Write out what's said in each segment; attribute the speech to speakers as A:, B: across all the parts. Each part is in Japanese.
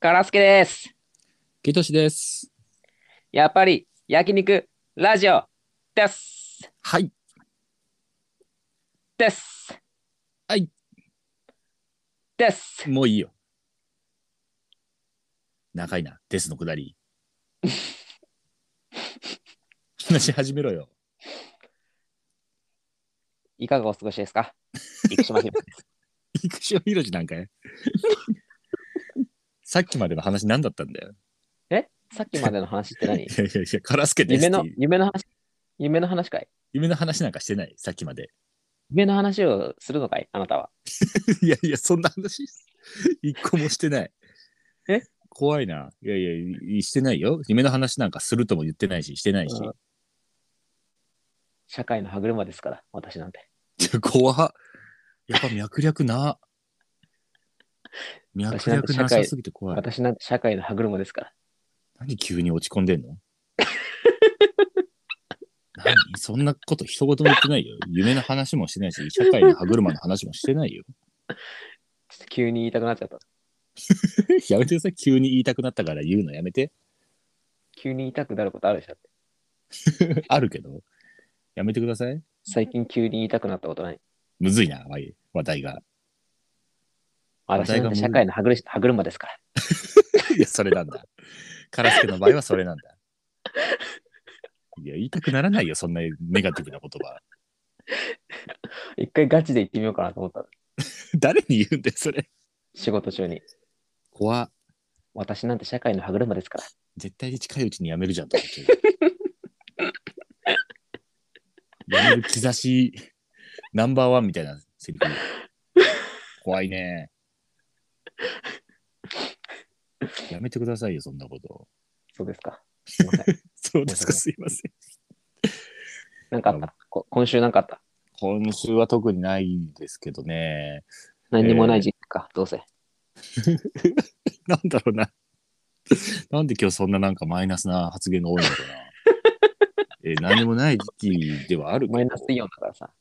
A: カラスケです。
B: ケイトシです。
A: やっぱり焼肉ラジオです。
B: はい。
A: です。
B: はい。
A: です。
B: もういいよ。長いな。ですのくだ り。話し始めろよ。
A: いかがお過ごしですか生島ひろです
B: 生島ひろしなんかい さっきまでの話何だったんだよ。
A: さっきまでの話って何
B: いやいやいや、カラスケです
A: 夢
B: っ
A: の
B: ていう。
A: 夢の話夢の話かい
B: 夢の話なんかしてない、さっきまで。
A: 夢の話をするのかいあなたは。
B: いやいや、そんな話、一個もしてない。
A: え
B: 怖いな。いやいやい、してないよ。夢の話なんかするとも言ってないし、してないし。
A: うん社会の歯車ですから、私なんて。
B: いや怖っやっぱ脈略な。脈略なさすぎて怖い。
A: 私なんて社会の歯車ですから。
B: 何急に落ち込んでんの何そんなこと一言も言ってないよ。夢の話もしてないし、社会の歯車の話もしてないよ。
A: ちょっと急に言いたくなっちゃった。
B: やめてください。急に言いたくなったから言うのやめて。
A: 急に言いたくなることあるでしょって。
B: あるけど。やめてください。
A: 最近急に言いたくなったことない。
B: むずいな、わい話題が。
A: 私なんて社会の歯車歯車ですから。
B: いや、それなんだ。カラスケの場合はそれなんだ。いや、言いたくならないよ、そんなネガティブな言葉。
A: 一回ガチで言ってみようかなと思った。
B: 誰に言うんだよ、それ。
A: 仕事中に。
B: 怖っ
A: 私なんて社会の歯車ですから。
B: 絶対に近いうちに辞めるじゃんと思ってる辞める兆しナンバーワンみたいなセリフ怖いねやめてくださいよそんなこと
A: そうですか。すいま せん。
B: そう
A: ですか
B: すいません
A: なんかあった。こ今週なんかあった。
B: 今週は特にないですけどね
A: 何にもない時期か、どうせ。
B: なんだろうななんで今日そんななんかマイナスな発言が多いのかなえー何もない時期ではあるけど
A: マイナスイオンだからさ。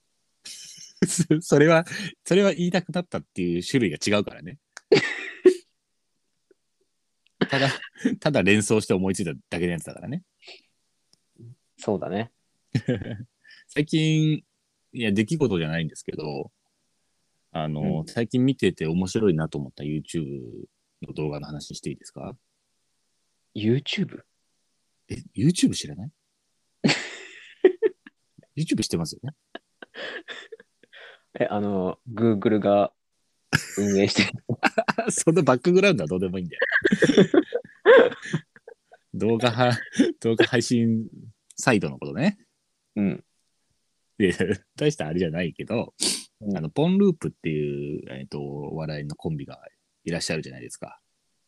B: そ それは、それは言いたくなったっていう種類が違うか らね。ただ、ただ連想して思いついただけのやつだからね。
A: そうだね。
B: 最近、いや、出来事じゃないんですけど、あの、
A: うん
B: 最近見てて面白いなと思った YouTube の動画の話していいですか
A: YouTube?
B: え、YouTube 知ら ない ?YouTube 知ってますよね
A: え、あの、Google が運営して る。
B: そのバックグラウンドはどうでもいいん だよ。動画は、動画配信サイトのことね。
A: うん。
B: いやいや大したあれじゃないけど、
A: うん
B: あの、ポンループっていう、えっと、お笑いのコンビがいらっしゃるじゃないですか。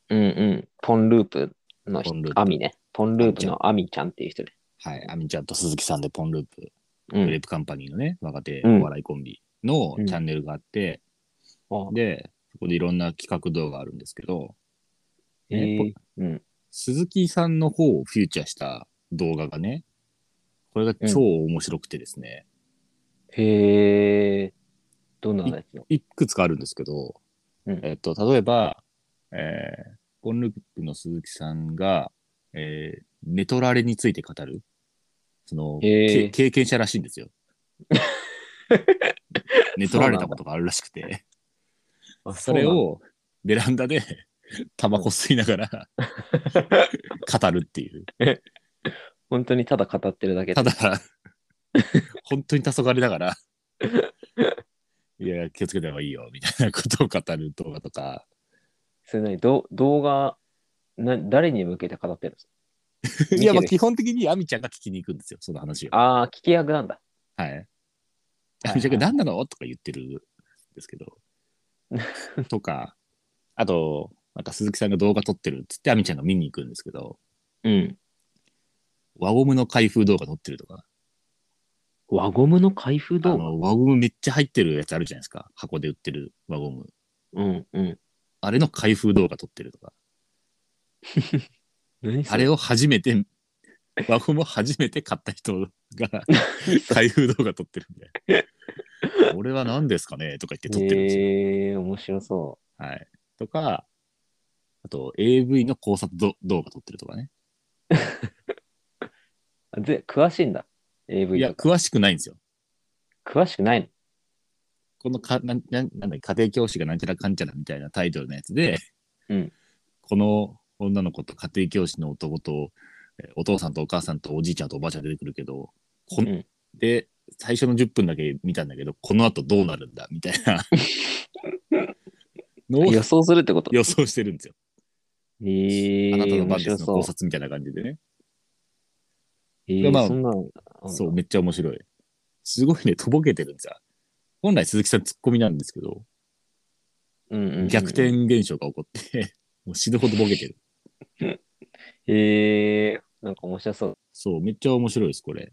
A: うんうん。ポンループの
B: ポンループ
A: アミね。ポンループのアミちゃんっていう人ね。
B: はい。アミちゃんと鈴木さんでポンループ、
A: う
B: グレー
A: ん。
B: プカンパニーのね、若手
A: うん
B: お笑いコンビの
A: うん
B: チャンネルがあって、
A: あ
B: で、そこでいろんな企画動画あるんですけど、
A: え
B: ねポ
A: ー、うん。
B: 鈴木さんの方をフューチャーした動画がね、これが超面白くてですね、
A: へえ。どんなやつの
B: いくつかあるんですけど、
A: うん
B: えっと、例えば、えー、ポンループの鈴木さんが、えー、寝取られについて語る、その、
A: へー
B: け経験者らしいんですよ。 寝取られたことがあるらしくて、
A: あ
B: それ。をベランダでタバコ吸いながら
A: そうなんだ
B: 語るっていう。
A: 本当にただ語ってるだけで
B: ただ、本当に黄昏だ から、いやいや、気をつけた方がいいよ、みたいなことを語る動画とか、
A: それなにど動画な、誰に向けて語ってるんですてる
B: いや、まあ基本的にアミちゃんが聞きに行くんですよ、その話を。
A: かああ、聞き役なんだ。
B: はい。
A: はい
B: アミちゃんが何なのとか言ってるんで すけど。とか、あと、なんか鈴木さんが動画撮ってるっつってアミちゃんが見に行くんですけど、
A: うん。
B: 輪ゴムの開封動画撮ってるとか、
A: 輪ゴムの開封
B: あ
A: 動画
B: の輪ゴムめっちゃ入ってるやつあるじゃないですか、箱で売ってる輪ゴム。
A: うんうん。
B: あれの開封動画撮ってるとか、
A: 何
B: あ
A: それ
B: れを初めて、輪ゴムを初めて買った人 が開封動画撮ってるんで、俺は何ですかねとか言って撮ってるんですよ。
A: えー、面白そ
B: はい。とか、ああと AV の考察ど動画撮ってるとかね。
A: あぜ詳しいんだ。AV
B: いや、
A: とか。
B: 詳しくないんですよ。
A: 詳しくないの。
B: このかなんなんなんだっけ家庭教師がなんちゃらかんちゃらみたいなタイトルのやつで、
A: うん
B: この女の子と家庭教師の男と、えお父さんとお母さんとおじいちゃんとおばあちゃん出てくるけど、こ
A: うん
B: で、最初の10分だけ見たんだけど、この後どうなるんだみたいな のを
A: 予想するってこと。
B: 予想してるんですよ。
A: えー、
B: あなたの
A: 面
B: 番で
A: 白
B: すの
A: そう
B: 考。察みたいな感じでね。
A: え
B: いや
A: ー
B: まあ
A: そんなのあんだ
B: そう、めっちゃ面白い。すごいね、とぼけてるんですよ。本来鈴木さんツッコミなんですけど、
A: うんうんうん
B: 逆転現象が起こって、 もう死ぬほどボケてる。
A: えー、なんか面白そう。
B: そう、めっちゃ面白いです、これ。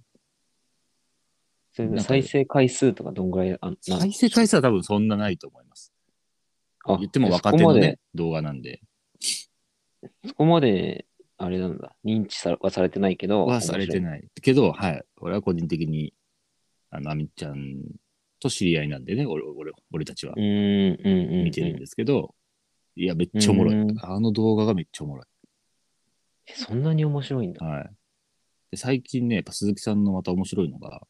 A: それ
B: なん
A: で
B: か
A: 再生回数とかどんぐらいあんなん
B: 再生回数は多分そんなないと思います。
A: あ
B: 言っても若
A: そ
B: 手
A: こま
B: の
A: で
B: ね、動画なんで。
A: そこまで、あれなんだ、認知さはされてないけど、
B: はされて
A: い。
B: ない。けど、はい。俺は個人的に、あの、あみちゃんと知り合いなんでね、俺、俺、俺たちは
A: うーん、うん、うん。
B: 見てるんですけど、いや、めっちゃおもろ
A: う
B: い。
A: ん
B: あの動画がめっちゃおもろい。
A: えそんなに面白いんだ。
B: はい。で、最近ね、やっぱ鈴木さんのまた面白いのが、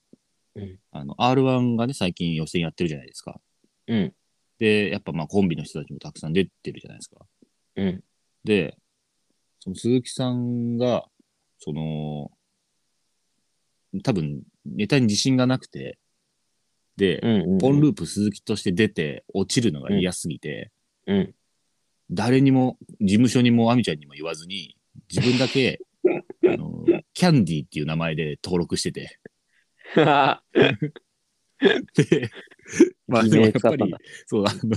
A: うん
B: あの、R1 がね、最近予選やってるじゃないですか。
A: うん、
B: で、やっぱまあコンビの人たちもたくさん出てるじゃないですか。
A: うん、
B: で、その鈴木さんが、その、多分、ネタに自信がなくて、で、
A: うんうん。
B: オンループ鈴木として出て、落ちるのが嫌すぎて、
A: うん。
B: 誰にも、事務所にもアミちゃんにも言わずに、自分だ け、あの、キャンディーっていう名前で登録してて、で、 まあでもや
A: 偽名
B: っぱ
A: 使ったん
B: り
A: だ、
B: そう、あの、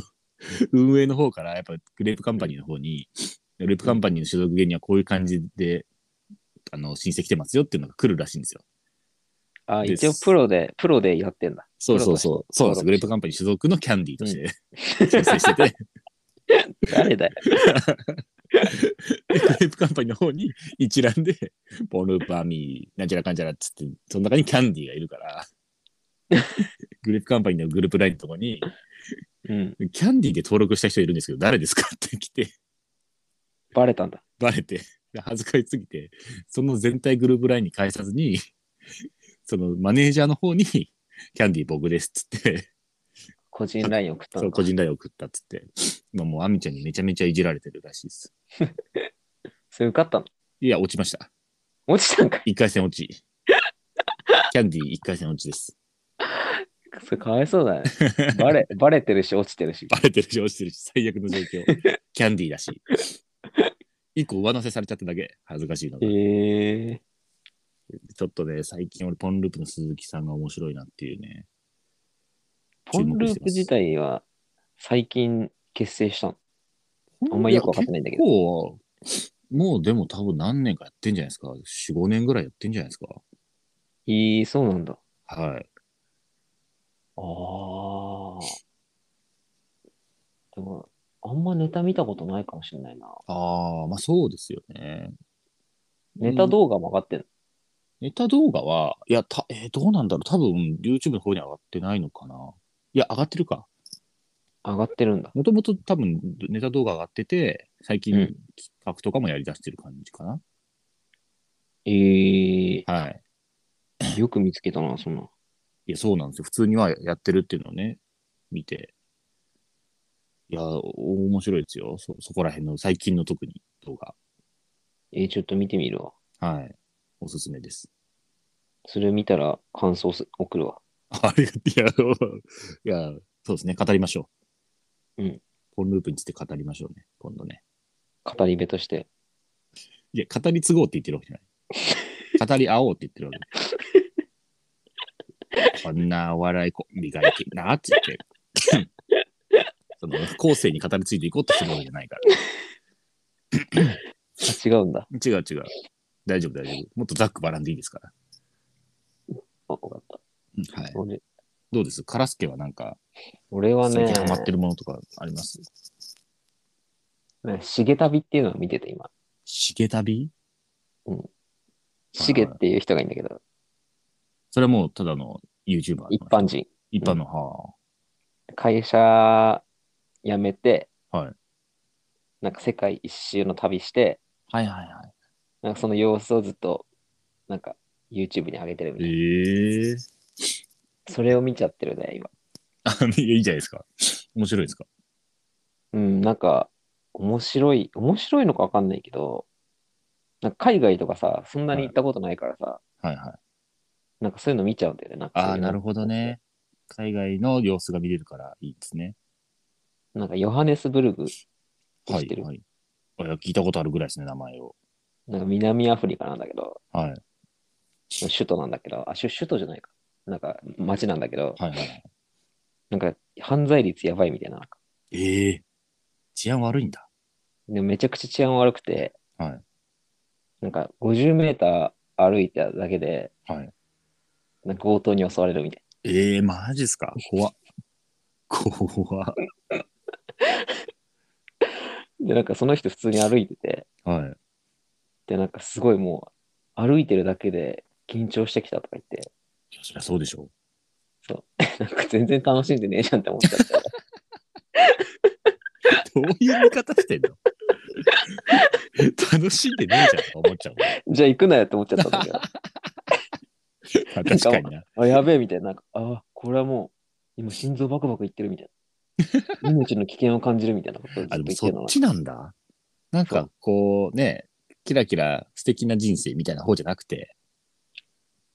B: 運営の方から、やっぱグレープカンパニーの方に、グレープカンパニーの所属芸人はこういう感じで、あの、申請来てますよっていうのが来るらしいんですよ。
A: あ、
B: です
A: 一応プロで、プロでやってんだ。
B: そうそうそう。そうなんですよ。グレープカンパニー所属のキャンディーとして、申請してて、
A: 誰だよ。
B: でグレープカンパニーの方に一覧で、ボルバミー、なんちゃらかんちゃらっつって、その中にキャンディーがいる から、グレープカンパニーのグループラインのとこに、
A: うん。
B: キャンディーで登録した人いるんですけど、誰ですかって来て、
A: バレたんだ。
B: バレて、で恥ずかしすぎて、その全体グループラインに返さずに、そのマネージャーの方に、キャンディー僕ですっつって、
A: 個人ライン送った
B: そ
A: の
B: う
A: か
B: 個。人ライン送ったっつって、今もうアミちゃんにめちゃめちゃいじられてるらしいです。
A: それ受かったの
B: いや、落ちました。
A: 落ちたんかい。
B: 一回戦落ち。キャンディー一回戦落ちです。
A: それかわいそうだ ね。バレ、バレてるし、落ちてるし。
B: バレてるし、落ちてるし、最悪の状況。キャンディーだし。一個上乗せされちゃっただけ、恥ずかしいの
A: え
B: が。
A: ー、
B: ちょっとね、最近俺、ポンループの鈴木さんが面白いなっていうね。
A: ポンループ自体は最近結成したの。あんまよくわかってないんだけど
B: 結構、もうでも多分何年かやってんじゃないですか。4、5年ぐらいやってんじゃないですか。
A: いい、そうなんだ。
B: はい。
A: ああ。でも、あんまネタ見たことないかもしれないな。
B: ああ、まあそうですよね。
A: ネタ
B: うん
A: 動画も上がってんの。
B: ネタ動画は、いや、た、えーどうなんだろう。多分 YouTube の方には上がってないのかな。いや、上がってるか。
A: 上がってるんだ。
B: もともと多分ネタ動画上がってて、最近
A: うん
B: 企画とかもやり出してる感じかな。
A: ええ
B: はい。
A: よく見つけたな、そんな。
B: いや、そうなんですよ。普通にはやってるっていうのをね、見て。いや、お面白いですよ。そ、そこら辺の最近の特に動画。
A: えー、ちょっと見てみるわ。
B: はい。おすすめです。
A: それ見たら感想す送るわ。
B: ありがとう。いや、いや、そうですね。語りましょう。
A: うん。
B: ポンループについて語りましょうね。今度ね。
A: 語り部として。
B: いや、語り継ごうって言ってるわけじゃない。 語り合おうって言ってるわけ。こんなお笑いコンビがいけんなって言って。 その、後世に語り継いでいこうとするわけじゃないから。
A: あ、違うんだ。
B: 違う違う。大丈夫大丈夫。もっとざっくばらんでいいですから。
A: あ、わかった。
B: うんはい。
A: 俺
B: どうですカラスケはなんか、
A: 俺は
B: 最
A: ね
B: 近、ハマってるものとかあります
A: ね重旅っていうのを見てて今。
B: 茂旅
A: 重っていう人がいいんだけど、
B: それはもうただの YouTuber の
A: 一般人。
B: 一般の、は
A: 会社辞めて、
B: はい
A: なんか世界一周の旅して、
B: はいはいは
A: なんかその様子をずっと、なんか YouTube に上げてるみたいな。
B: ええ
A: それを見ちゃってるね、今。
B: あ、いやいいじゃないですか。面白いですか。
A: うん、なんか、面白い、面白いのかわかんないけど、なんか海外とかさ、そんなに行ったことないからさ、
B: はいはい。
A: なんかそういうの見ちゃうんだよね。なんか
B: あ
A: そう
B: あ、
A: いう
B: なるほどね。海外の様子が見れるからいいですね。
A: なんかヨハネスブルグ、
B: は
A: 知っ
B: い
A: てる
B: はい。あいや聞いたことあるぐらいですね、名前を。
A: なんか南アフリカなんだけど、
B: はい。
A: 首都なんだけど、あ、首首都じゃないか。なんか街なんだけど、
B: はいはい。
A: なんか犯罪率やばいみたいな。
B: ええ治安悪いんだ。
A: でめちゃくちゃ治安悪くて、
B: はい
A: なんか50メーター歩いただけで、
B: はい。
A: なんか強盗に襲われるみたい
B: ええマジっすか。怖っ。怖っ。
A: な。で、なんかその人普通に歩いてて、
B: はい。
A: で、なんかすごいもう歩いてるだけで緊張してきたとか言って、
B: いやそりゃそうでしょう。
A: なんか全然楽しんでねえじゃんって思っちゃって。
B: どういう見方してんの 楽しんでねえじゃんとか思っちゃう
A: じゃあ行くなよって思っちゃったんだ けど。
B: もん。確かにな。
A: あ、やべえみたいな。なんか、あ、これはもう、今心臓バクバクいってるみたい な。命の危険を感じるみたいなことをずっ
B: あ、
A: と言
B: で
A: っ
B: も
A: て
B: そっ
A: るのは。
B: ちなんだ。なん
A: そ
B: かこうね、キラキラ素敵な人生みたいな方じゃなくて。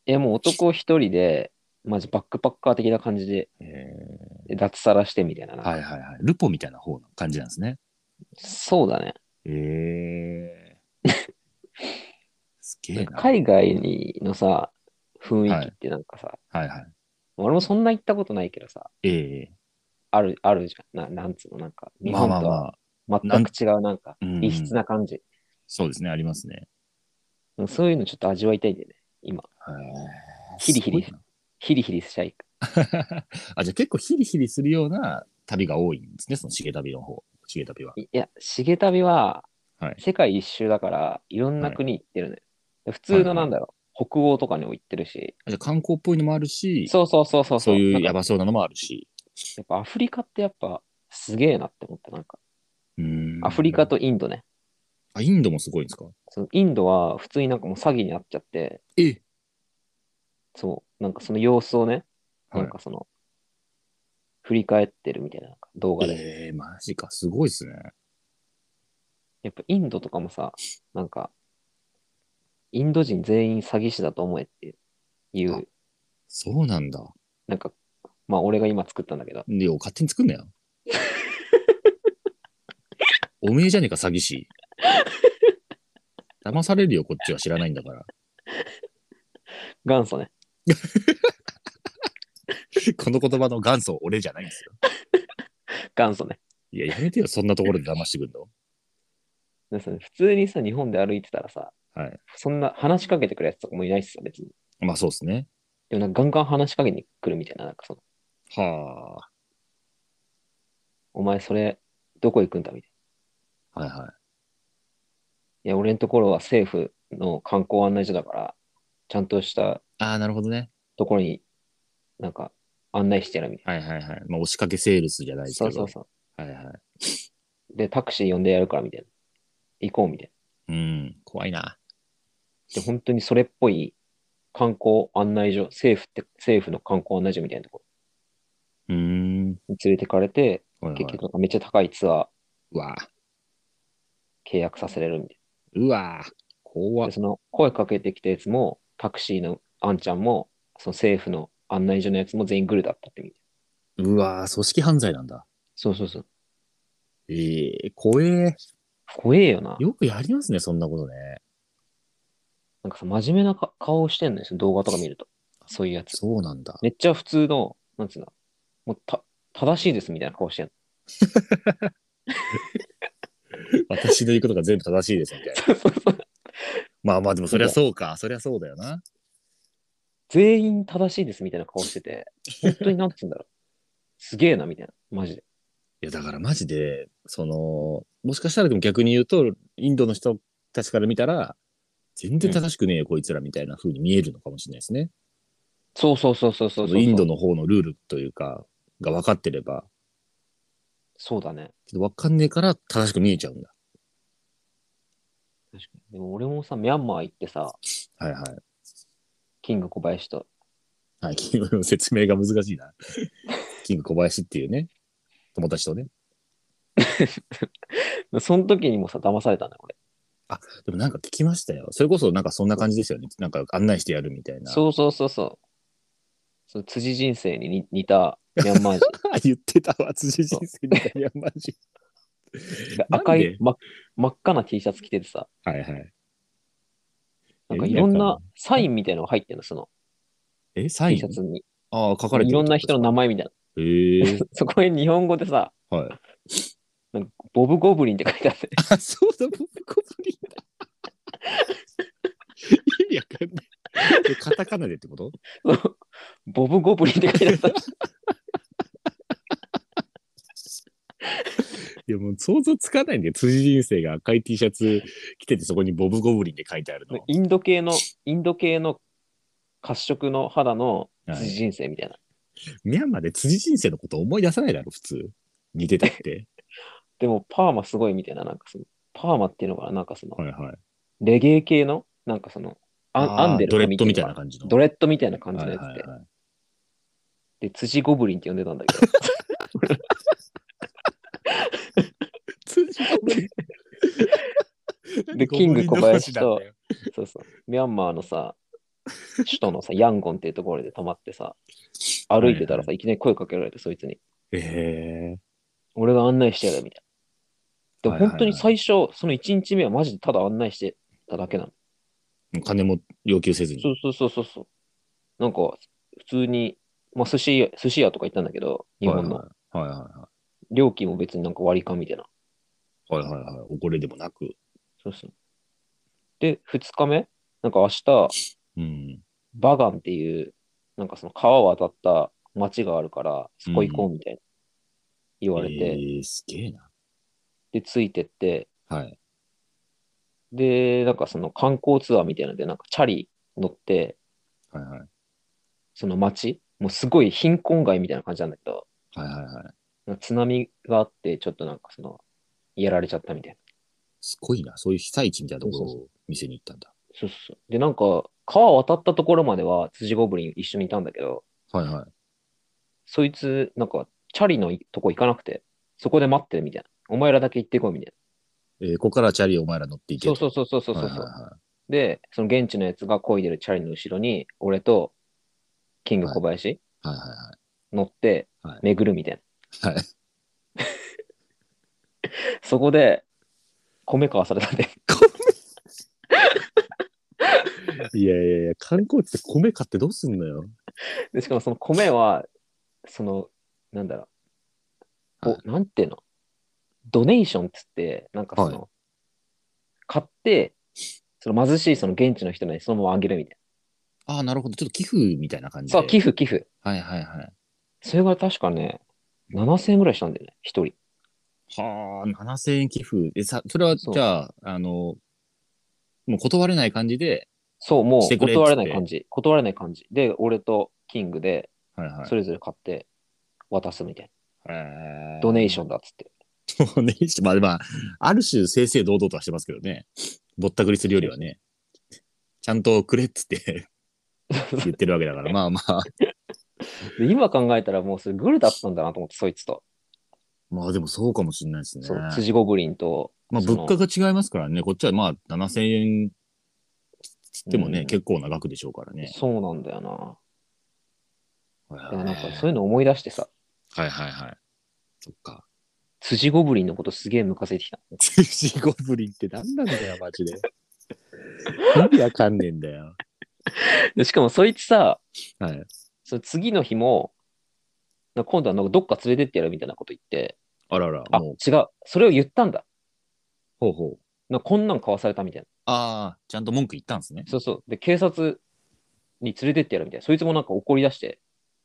A: え、もう男一人で、マジバックパッカー的な感じで、で脱サラしてみたいな。
B: はいはいはい。ルポみたいな方の感じなんですね。
A: そうだね。
B: へえ すげえな。はい
A: 海外にのさ、雰囲気ってなんかさ、
B: はい。
A: 俺もそんな行ったことないけどさ、
B: ええ
A: ある、あるじゃん。ななんつうの、なんか、日
B: まあ
A: 本
B: まあ
A: と
B: ま
A: は
B: あ。
A: 全く違う、なんか、
B: うん
A: 異質な感じ。
B: そうですね、ありますね。
A: そういうのちょっと味わいたいんだよね、今。ヒリヒリ
B: すごい
A: ヒリヒリしちゃい。
B: な。 あ、じゃあ結構ヒリヒリするような旅が多いんですね、その重旅の方。重旅は。
A: いや、重旅は
B: はい、
A: 世界一周だから、いろんな国行ってるのよ。普通
B: は
A: の
B: いはい
A: なんだろう、北欧とかにも行ってるし、
B: あじゃあ観光っぽいのもあるし、
A: そうそうそうそう、
B: そうい
A: なん
B: う
A: か
B: やばそうなのもあるし。
A: やっぱアフリカってやっぱすげえなって思って、なんか、
B: うーん
A: アフリカとインドね。
B: あ、インドもすごいんですか
A: そのインドは普通になんかもう詐欺にあっちゃって、
B: え
A: そう、なんかその様子をね、
B: は
A: ないんかその、振り返ってるみたいななんか動画で。
B: えー、マジか、すごいっすね。
A: やっぱインドとかもさ、なんか、インド人全員詐欺師だと思えっていう
B: あそうなんだ。
A: なんか、まあ俺が今作ったんだけど、
B: で、勝手に作ん なよ。おめえじゃねえか、詐欺師。騙されるよ、こっちは知らないんだから。
A: 元祖ね。
B: この言葉の元祖、俺じゃないんですよ。
A: 元祖ね。
B: いや、やめてよ、そんなところで騙してくんの。
A: でさ普通にさ、日本で歩いてたらさ、
B: はい。
A: そんな話しかけてくるやつとかもいないっすよ、別に。
B: まあ、そうですね。
A: でもなんかガンガン話しかけに来るみたいな、なんかその、
B: は
A: お前それ、どこ行くんだみたい
B: あ。はいは
A: な。いや、俺のところは政府の観光案内所だから、ちゃんとした
B: い。ああ、なるほどね。
A: ところに、なんか、案内してやるみたい
B: はいはいはい。まあ、押しかけセールスじゃな
A: な。
B: いですけ
A: そ
B: ど。
A: うそうそう。
B: はいはい。
A: で、タクシー呼んでやるからみたいな。行こうみたい
B: うん、怖いな。
A: な。で、本当にそれっぽい観光案内所、政府って、政府の観光案内所みたいなとこ
B: うーん。
A: ろに連れてかれて、
B: はいはい
A: 結局なんかめっちゃ高いツア
B: うわあ
A: ー契約させれるみたいう
B: わあ
A: な。
B: 怖
A: で
B: っ
A: その声かけてきたやつも、タクシーのあんちゃんも、その政府の案内所のやつも全員グルだったってみたいな。
B: うわあ組織犯罪なんだ。
A: そうそうそう。
B: ええ怖え。
A: 怖えよな。
B: よくやりますね、そんなことね。
A: なんかさ、真面目なか顔をしてんのよ、その動画とか見ると。そういうやつ。
B: そうなんだ。
A: めっちゃ普通の、なんつうの、もうた正しいですみたいな顔してんの。
B: 私の言うことが全部正しいですみたいな。
A: そうそうそう
B: まあまあ、でもそりゃそうか。そりゃそうだよな。
A: 全員正しいですみたいな顔してて、本当になんつうんだろう。すげえな、みたいな。マジで。
B: いや、だからマジで、その、もしかしたらでも逆に言うと、インドの人たちから見たら、全然正しくねえよ、こいつらみたいな風に見えるのかもしれないですね。
A: そうそうそうそうそうそう。
B: インドの方のルールというか、が分かってれば、
A: そうだね。
B: けど分かんねえから正しく見えちゃうんだ。
A: 確かに。でも俺もさ、ミャンマー行ってさ、
B: はいはい。
A: キング小林と。
B: はい、キングの説明が難しいな。キング小林っていうね、友達とね。
A: その時にもさ、騙されたんだよ、俺。
B: でもなんか聞きましたよ。それこそなんかそんな感じですよね。なんか案内してやるみたいな。う。
A: そうそうそうそう。その辻人生に似似たミャンマ ー人
B: 言ってたわ、辻人生みたいなマジ。
A: が赤
B: なん
A: い
B: で、
A: ま、真っ赤な T シャツ着ててさ、
B: はいはい。
A: なんかいろん
B: 意味わ
A: な
B: かん
A: サインみたいなのが入ってるの、その
B: え、サイ
A: T
B: ン
A: シャツに。
B: ああ、書かれて
A: い
B: る
A: ろ
B: っ
A: んな
B: てことです
A: 人
B: か
A: の名前みたい
B: へえ
A: な。そこに日本語でさ、
B: はい。
A: なんかボブ・ゴブリンって書いてあって、
B: あ、そうだ、ボブコブリンだ。意味わかんない。えカタカナでってこと
A: そうボブ・ゴブリンって書いてあった。
B: いや、もう想像つかないんだよ。辻人生が赤い T シャツ着てて、そこにボブゴブリンって書いてあるの。
A: インド系の、インド系の褐色の肌の
B: はい
A: 辻人生みたいな。
B: ミャンマーで辻人生のこと思い出さないだろ、普通。似てたって。
A: でもパーマすごいみたいな、なんかその、パーマっていうのがなんかその、
B: はいはい。
A: レゲエ系の、なんかその、あ
B: あー
A: 編んでる
B: ドレ
A: 髪
B: ッ
A: ってうのか
B: ドみたいな感じの。
A: ドレッドみたいな感じのやつで、
B: はいはいはい
A: で、辻ゴブリンって呼んでたんだ けど、
B: 辻ゴブリン。
A: で キング小林と
B: ゴブリン同士なんだよ。
A: そうそう、ミャンマーのさ、首都のさ、ヤンゴンっていうところで泊まってさ、歩いてたらさ、いきなり声かけられて、そいつに、
B: え
A: 俺が案内してやるみたいな。
B: は
A: で
B: いはいはい
A: も本当に最初、その1日目はマジでただ案内してただけなの。
B: え金も要求せずに。
A: そうそうそうそうそう。なんか、普通に、まあ、寿司屋、寿司屋とか行ったんだけど、日本の。
B: はいはいは
A: 料金も別になんか割り勘みたいな。
B: いはい。はいはいはい。怒れでもなく。
A: そうそう。で、2日目なんか明日、
B: うん。
A: バガンっていう、なんかその川を渡った町があるから、そこ行こうみたいな言われて、
B: えー、すげえな。
A: で、ついてって、
B: はい。
A: で、なんかその観光ツアーみたいなので、なんかチャリ乗って、
B: はいはい。
A: その町、もうすごい貧困街みたいな感じなんだけど、
B: はいはいはい。
A: なんか津波があって、ちょっとなんかその、やられちゃったみたいな。
B: すごいな。そういう被災地みたいなところ
A: そう
B: を見せに行ったんだ。
A: そうそうそう。で、なんか、川渡ったところまでは辻ゴブリン一緒にいたんだけど、
B: はいはい。
A: そいつ、なんか、チャリのとこ行かなくて、そこで待ってるみたいな。お前らだけ行ってこいみたい
B: えーここからチャリお前ら乗っていけ
A: な。
B: と
A: そうそうそうそうそうそう。
B: はいはいはい
A: で、その現地のやつが漕いでるチャリの後ろに、俺とキング小林、
B: はいはいはい。
A: 乗って
B: はい
A: 巡るみたいな。
B: はい
A: そこで、米買わされたんで、
B: いやいやいや、観光地で米買ってどうすんのよ。
A: でしかもその米は、その、なんだろう、
B: はい
A: おなんていうのドネーションっつって、なんかその、買って、その貧しいその現地の人にそのままあげるみたい
B: ああ、なるほど。ちょっと寄付みたいな感
A: な。
B: じで。
A: そう、寄付、寄付。
B: はいはいはい。
A: それが確かね、7000円ぐらいしたんだよね、一人。
B: はあ、7000円寄付。え、さ、それは、じ
A: そう
B: ゃあ、あの、もう断れない感じで、
A: そう、も
B: して
A: う
B: くれっつって
A: 断れない感じ。断れない感じ。で、俺とキングで、
B: はいはい。
A: それぞれ買って渡すみたいな。
B: え
A: ドネーシ
B: ョ
A: ョンだっつって。
B: ン。ドネーション。まあ、まあ、ある種、正々堂々とはしてますけどね。ぼったくりするよりはね。ちゃんとくれっつって 言ってるわけだから、まあまあ。
A: で今考えたらもうそれグルだったんだなと思って、そいつと。
B: まあでもそうかもしれないですね。
A: そう辻ゴブリンと。
B: まあ
A: その
B: 物価が違いますからね。こっちはまあ7000円つってもね、
A: うん
B: 結構な額でしょうからね。
A: そうなんだよな。でもなんかそう
B: はいいう
A: の思い出してさ、
B: はいはい。そっ か。
A: 辻ゴブリンのことすげえムカついてきた。
B: シゴブリンって何なんだよ、マジで。意味わかんねえんだよ。
A: でしかもそいつさ、
B: はい。
A: その次の日も、なんか今度はなんかどっか連れてってやるみたいなこと言って、
B: あらら、
A: あ、
B: もう、
A: 違う。それを言ったんだ。
B: ほうほう。
A: なんかこんなん買わされたみたいな。
B: ああ、ちゃんと文句言ったんですね。
A: そうそう。で、警察に連れてってやるみたいな。そいつもなんか怒り出して、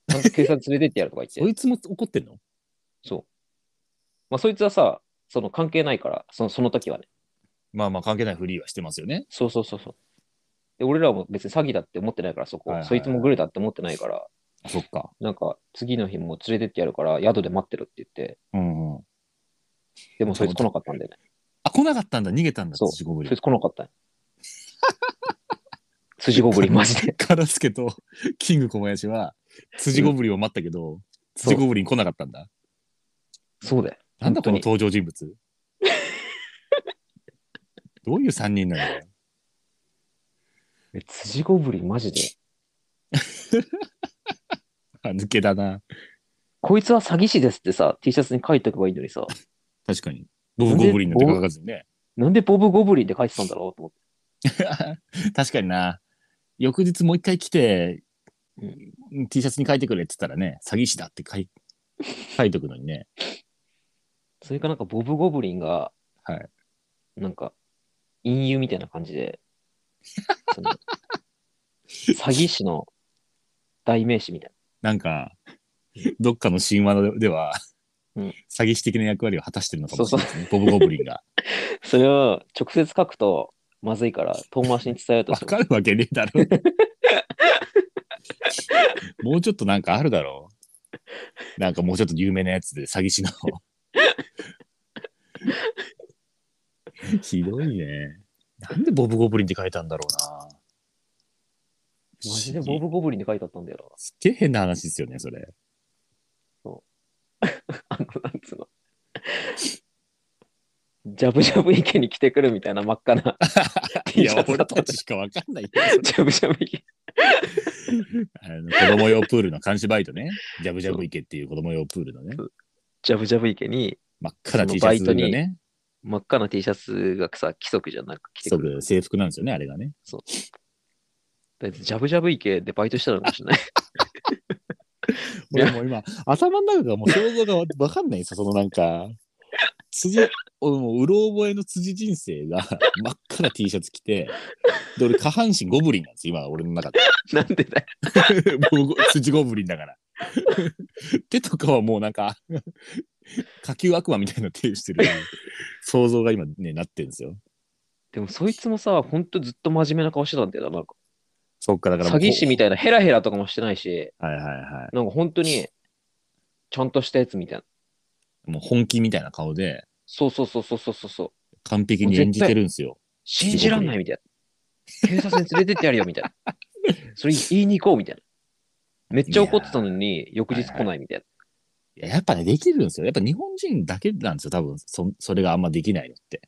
A: ちゃんと警察連れてってやるとか言っ て
B: そ。いつも怒ってんの
A: そう。まあ、そいつはさ、その関係ないから、そのその時はね。
B: まあまあ関係ないフリーはしてますよね。
A: そうそうそうそう。で、俺らも別に詐欺だって思ってないから、そこ。
B: はいはいはい
A: そいつもグルだって思ってないから、
B: そっか。
A: なんか、次の日も連れてってやるから、宿で待ってるって言って、
B: うん、うん。
A: でもそいつ来なかったんだよね。
B: あ、来なかったんだ、逃げたんだ、
A: そう
B: 土ごぶ
A: そ
B: り
A: いつ。来なかったんよ 辻ごぶりマジで。
B: カラスケとキング小林は辻ゴブリンを待ったけど、辻ゴブリン来なかったんだ。
A: そうだよ。
B: なんだこの
A: 本当
B: 登場人 物どういう3人なんだよ。
A: にえ辻ごぶりマジで。
B: あ抜けだな。
A: こいつは詐欺師ですってさ、T シャツに書いておけばいいのにさ、
B: 確かに。ボブ・ゴブリンなんて書かずにね。
A: なんでボブ・ゴブリンって書いてたんだろうと思って。
B: 確かにな。翌日もう一回来て、
A: う
B: T シャツに書いてくれって言ったらね、詐欺師だって書い 書いとくのにね。
A: それかなんかボブ・ゴブリンが、
B: はい
A: なんか、隠喩みたいな感じで、そ の詐欺師の代名詞みたい
B: なんか、どっかの神話のでは、
A: うん
B: 詐欺師的な役割を果たしてるのかもしれないですね。ボブ・ゴブリンが。
A: な。それを直接書くとまずいから遠回しに伝えようと
B: わ
A: する。
B: かるわけねえだ ろ。もうちょっとなんかあるだろう。なんかもうちょっと有名なやつで詐欺師の。 ひどいね。なんでボブ・ゴブリンって書いたんだろうな。
A: マジでボブ・ゴブリンって書いてあったんだよ
B: すっげえ変な話ですよね、それ。
A: な。あの、なんつうの。ジャブジャブ池に来てくるみたいな真っ赤な
B: い
A: T シ
B: や
A: ャ、ツだ
B: 俺
A: ったん
B: た
A: だ
B: ち
A: よ
B: しかわかんないよ。
A: ジャブジャブ池。
B: あの子供用プールの監視バイト ね。ジャブジャブ池っていう子供用プールのね。
A: ジャブジャブ池に
B: 真っ赤な
A: その
B: T シャツが
A: バイト
B: ね。
A: 真っ赤な T シャツがさ、規則じゃなく着て
B: そ
A: くる。
B: う、制服なんですよね、あれがね。
A: だってジャブジャブ池でバイトしてたのかもしれ ない。いや
B: 俺もう今、頭の中がもう想像がわかんないさ、そのなんか、辻、俺もううろ覚えの辻人生が 真っ赤な T シャツ着て、で、俺下半身ゴブリンなんですよ、今俺の中で。
A: なんでだよ。
B: もうご辻ゴブリンだから。 手とかはもうなんか、下級悪魔みたいな手してる想像が今ね、なってるんですよ。
A: でもそいつもさ、ほんとずっと真面目な顔してたんだよな。なんか
B: そっからだからも
A: 詐
B: う
A: 欺師みたいなヘラヘラとかもしてないし、
B: はいはいは
A: なんか本当にちゃんとしたやつみたいな。
B: い。もう本気みたいな顔で、
A: そうそうそうそうそうそうそう。
B: 完璧に演じてるんですよ。
A: 信じらんないみたいな。警察に連れてってやるよみたい な。それ言いに行こうみたいな。めっちゃ怒ってたのに、翌日来ないみたいな。
B: いややっぱね、できるんですよ。やっぱ日本人だけなんですよ、多分そそれがあんまできないのって。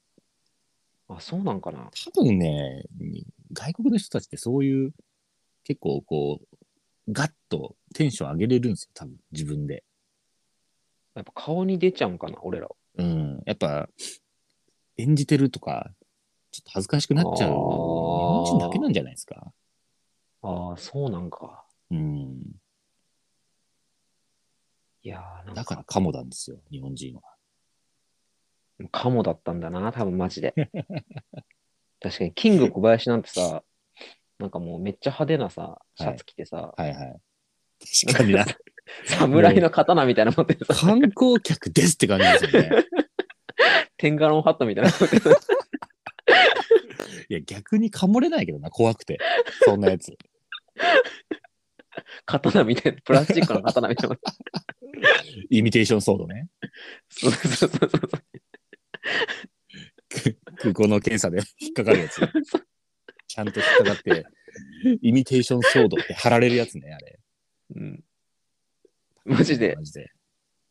A: あ、そうなんかな。
B: 多分ね、外国の人たちってそういう、結構こう、ガッとテンション上げれるんですよ、多分自分で。
A: やっぱ顔に出ちゃうんかな、俺らは。
B: うん。やっぱ、演じてるとか、ちょっと恥ずかしくなっちゃう。
A: あー
B: 日本人だけなんじゃないですか。
A: ああ、そうなんか。
B: うん。
A: いやー、なん
B: だ
A: か
B: からカモなんですよ、日本人は。
A: カモだったんだな、多分マ ジで。確かに、キング小林なんてさ、なんかもうめっちゃ派手なさ、シャツ着てさ、
B: はいはい。確かにな。
A: 侍の刀みたいなの持って さ、
B: 観光客ですって感じですよね。
A: テンガロンハットみたいなの持ってさ、
B: いや、逆にかもれないけどな、怖くて。そんなやつ。
A: 刀みたいな、プラスチックの刀みたいなの持 って
B: イミテーションソードね。
A: そうそうそうそうそう。
B: 空港の検査で引っかかる やつ。ちゃんと引っかかって、イミテーションソードって貼られるやつね、あれ。
A: うん、マジで
B: マジで。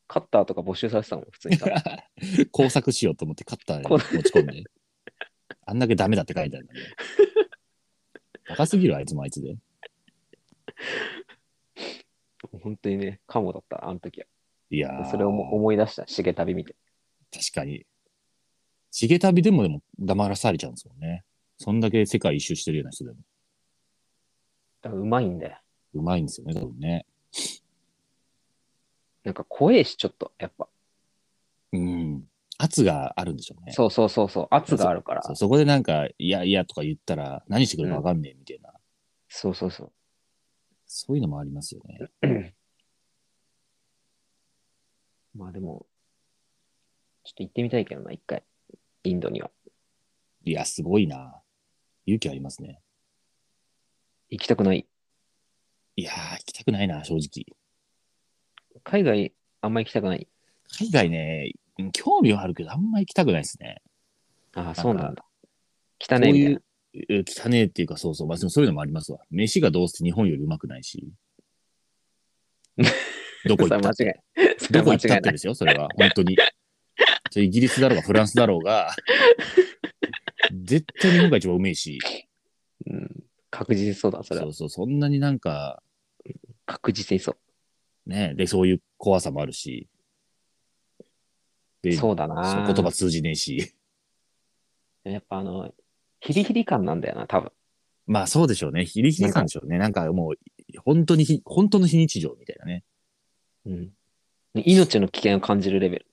A: カッターとか募集されてたもん、普通にさ。
B: 工作しようと思ってカッターに
A: こう
B: 持ち込んで。あんだけダメだって書いてあるんだね。高すぎる、あいつもあいつで。
A: 本当にね、カモだった、あの時
B: いや
A: は。
B: ー
A: それを思思い出した、しげたび見て。
B: 確かに。重旅でもでも黙らされちゃうんですもんね。そんだけ世界一周してるような人でも。
A: だからうまいんだよ。
B: うまいんですよね、多分ね。
A: なんか怖えし、ちょっと、やっぱ。
B: うん。圧があるんでしょうね。
A: そうそうそうそう、圧があるから
B: そ。うそこでなんか、いやいやとか言ったら、何してくるかわかんねえみたいな、
A: そうそうそう。
B: そういうのもありますよね。
A: まあでも、ちょっと行ってみたいけどな、一回。インドには。
B: いや、すごいな。勇気ありますね。
A: 行きたくない。
B: いやー、行きたくないな、正直。
A: 海外、あんま行きたくない。
B: 海外ね、興味はあるけど、あんま行きたくないですね。
A: ああ、そうなんだ。汚
B: そう
A: ねえみた
B: い
A: いな
B: う。、えー汚ねえっていうか、そうそう、まあ、でもそういうのもありますわ。飯がどうせ日本よりうまくな いし。どこ行ったっ
A: それは
B: て、
A: 間違いない。それ
B: ど
A: は
B: こ
A: 間
B: 行った
A: 違
B: っ
A: いな
B: て
A: い。
B: ですよ、それは、本当に。それイギリスだろうが、フランスだろう が、絶対日本が一番うめえし、
A: うん、確実にそうだ、それ
B: そ
A: は。
B: うそう、そんなになんか、
A: 確実にそ
B: ね、で、そういう怖さもあるし、
A: う。
B: で、
A: そうだ
B: そう
A: な。
B: 言葉通じねえし、
A: やっぱあの、ヒリヒリ感なんだよな、多分。
B: まあそうでしょうね、ヒリヒリ感でしょうね、なんかもう、本当にひ、本当の非日常みたいなね。
A: うん。命の危険を感じるレベル。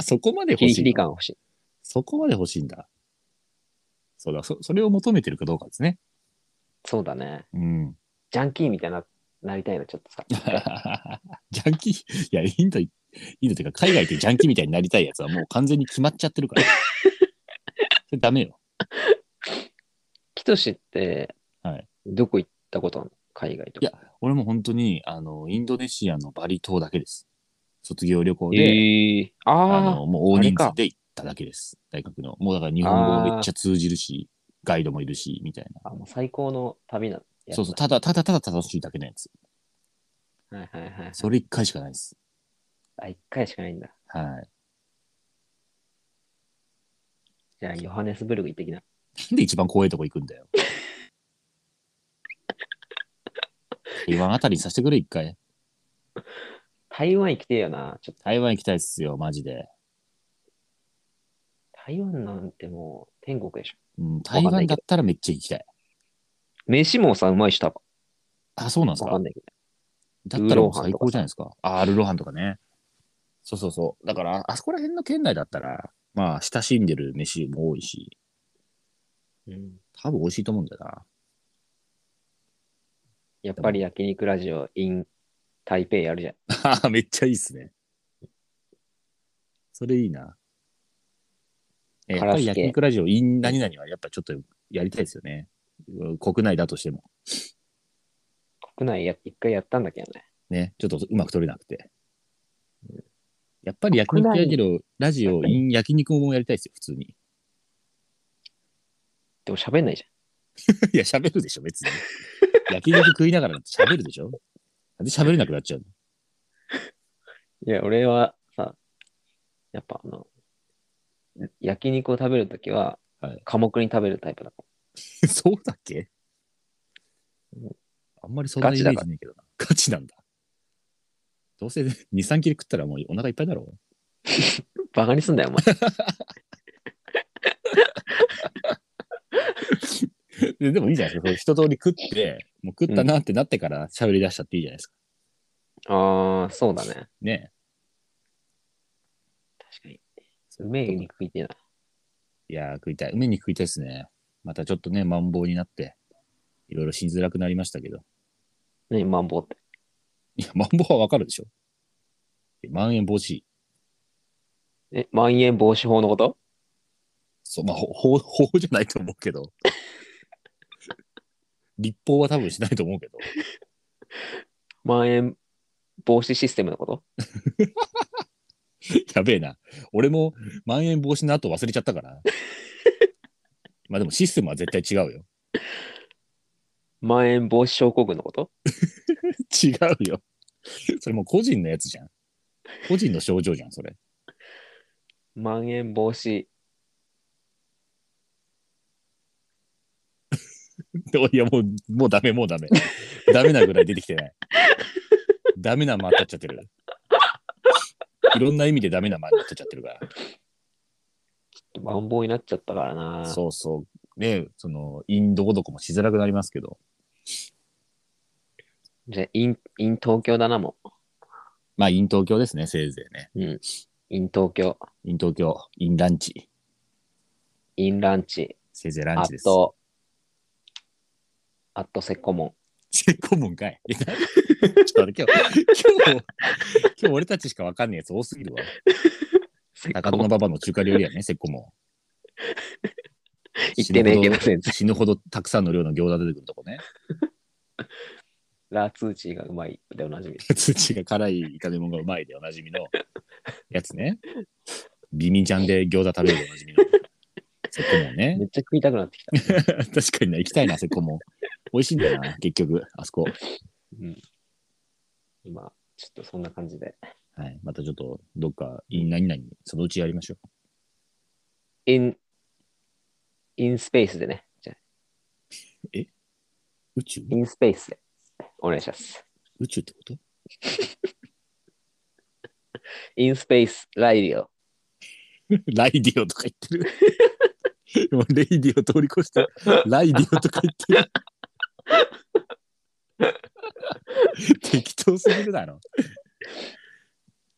B: そこまで
A: ヒ
B: 欲
A: リ
B: し
A: ヒ
B: い
A: リ
B: の。
A: 感が欲しい。
B: そこまで欲しいんだ。そうだ、そそれを求めてるかどうかですね。
A: そうだね。
B: うん。
A: ジャンキーみたいな、なりたいな、ちょっとさ。
B: ジャンキー、い や、インド、インドっていうか、海外ってジャンキーみたいになりたいやつはもう完全に決まっちゃってる から。それダメよ。
A: キトシって、
B: はい
A: どこ行ったことあるの海外と
B: い
A: か
B: や。俺も本当に、あの、インドネシアのバリ島だけです。卒業旅行で、
A: ええ
B: あ
A: ああ、
B: の、もう大人
A: あれか
B: 数で行っただけです。大学の。もうだから日本語もめっちゃ通じるし、ガイドもいるし、みたいな。
A: あもう最高の旅なやつだ
B: そうそう、ただ、ただただ楽しいだけのやつ。
A: はいはいはい。
B: それ一回しかないです。
A: あ、一回しかないんだ。
B: はい。
A: じゃあ、ヨハネスブルグ行ってきな。
B: なんで一番怖いとこ行くん だよ。台湾あたりにさせてくれ、一回。
A: 台湾行きてえよな。ちょっと、
B: 台湾行きたいっすよ、マジで。
A: 台湾なんてもう天国でしょ。
B: うん、
A: かん
B: 台
A: ないけど
B: 湾だったらめっちゃ行きたい。
A: 飯もさ、うまいし、多分。
B: あ、そうなんです
A: わ
B: か。
A: かんないけど。
B: だったらも
A: ルーロ
B: う
A: ーハン
B: 最
A: とか
B: 高じゃないですか。あー、ルーローハンとかね。そうそうそう。だから、あそこら辺の県内だったら、まあ、親しんでる飯も多いし、
A: うん、
B: 多分美味しいと思うんだよな。
A: やっぱり焼肉ラジオ in 台北やるじゃん。
B: あー めっちゃいいっすね。それいいな。えやっぱり焼肉ラジオ in 何々はやっぱちょっとやりたいですよね。国内だとしても。
A: 国内や一回やったんだけどね。
B: ね、ちょっとうまく取れなくて。やっぱり焼肉やけど、ラジオ in 焼肉もやりたいですよ、普通に。
A: でも喋んないじ
B: いや、喋るでしょ、別に。焼肉食いながらだって喋るでしょ。なんで喋れなくなっちゃうの
A: ゃん。いや、俺はさ、やっぱあの、焼肉を食べるときは
B: はい、
A: 寡黙に食べるタイプだか
B: そうだっけあんまりそんなイメージないけどな。ガチなんだ。どうせ2、3切れ食ったらもうお腹いっぱいだろう。
A: ら。バカにすんだよ、お前。
B: ででもいいじゃないですか。そう一通り食って、もう食ったなってなってから喋り出しちゃっていいじゃないですか。
A: ああ、そうだね。
B: ね
A: 確かに。うめえ肉食いてえな。
B: え。いやー、食いたい。梅に食いたいですね。またちょっとね、マンボウになって、いろいろしづらくなりましたけど。
A: 何、マンボウって。
B: いや、マンボウはわかるでしょ。まん延防止。
A: え、まん延防止法のこと
B: そう、まあ、ほ法、法じゃないと思うけど。立法は多分しないと思うけど。
A: まん延防止システムのこと
B: やべえな。俺も、まん延防止の後忘れちゃったから。まあでもシステムは絶対違うよ。
A: まん延防止症候群のこと
B: 違うよ。それもう個人のやつじゃん。個人の症状じゃん、それ。
A: まん延防止。
B: いや、もう、もうダメ、もうダメ。ダメなぐらい出てきてない。ダメな間になっちゃってる。いろんな意味でダメな間になっちゃってるから。
A: マンボウになっちゃったからな。
B: そうそう。ねその、インどこどこもしづらくなりますけど。
A: じゃあ、イン、イン東京だな、も
B: まあ、イン東京ですね、せいぜいね。
A: う。うん。イン東京、
B: イン東京、インランチ。
A: インランチ、
B: せいぜいラン
A: あ
B: チです。
A: と、あとセコモン。
B: せっこむんかい。えな ちょっと待って、今日、今日、今日俺たちしかわかんねえやつ多すぎるわ。
A: セ
B: 高 田馬場の中華料理屋ね、せっこもん。
A: 行ってねえけど、全然。
B: 死ぬほどたくさんの量の餃子出てくるとこね。
A: ラーツーチーがうまいでおなじみ。
B: 土が辛い炒め物がうまいでおなじみのやつね。ビミジャンで餃子食べるでおなじみの。セコモね
A: め。っちゃ食いたくなってきた。
B: 確かにな、行きたいな、セコモ。美味しいんだよな、結局、あそこ。
A: うん。まあ、ちょっとそんな感じで。
B: はい。またちょっと、どっか、い何々、そのうちやりましょう。
A: イン、インスペースでね。じゃあ
B: 宇宙
A: インスペースで。お願いします。
B: 宇宙ってこと
A: インスペースライディオ。
B: ライディオとか言ってる。今レイディオ通り越して、ライディオとか言ってる。適当すぎるだろ。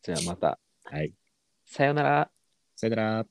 A: じゃあまた、
B: はい。
A: さよなら。
B: さよなら。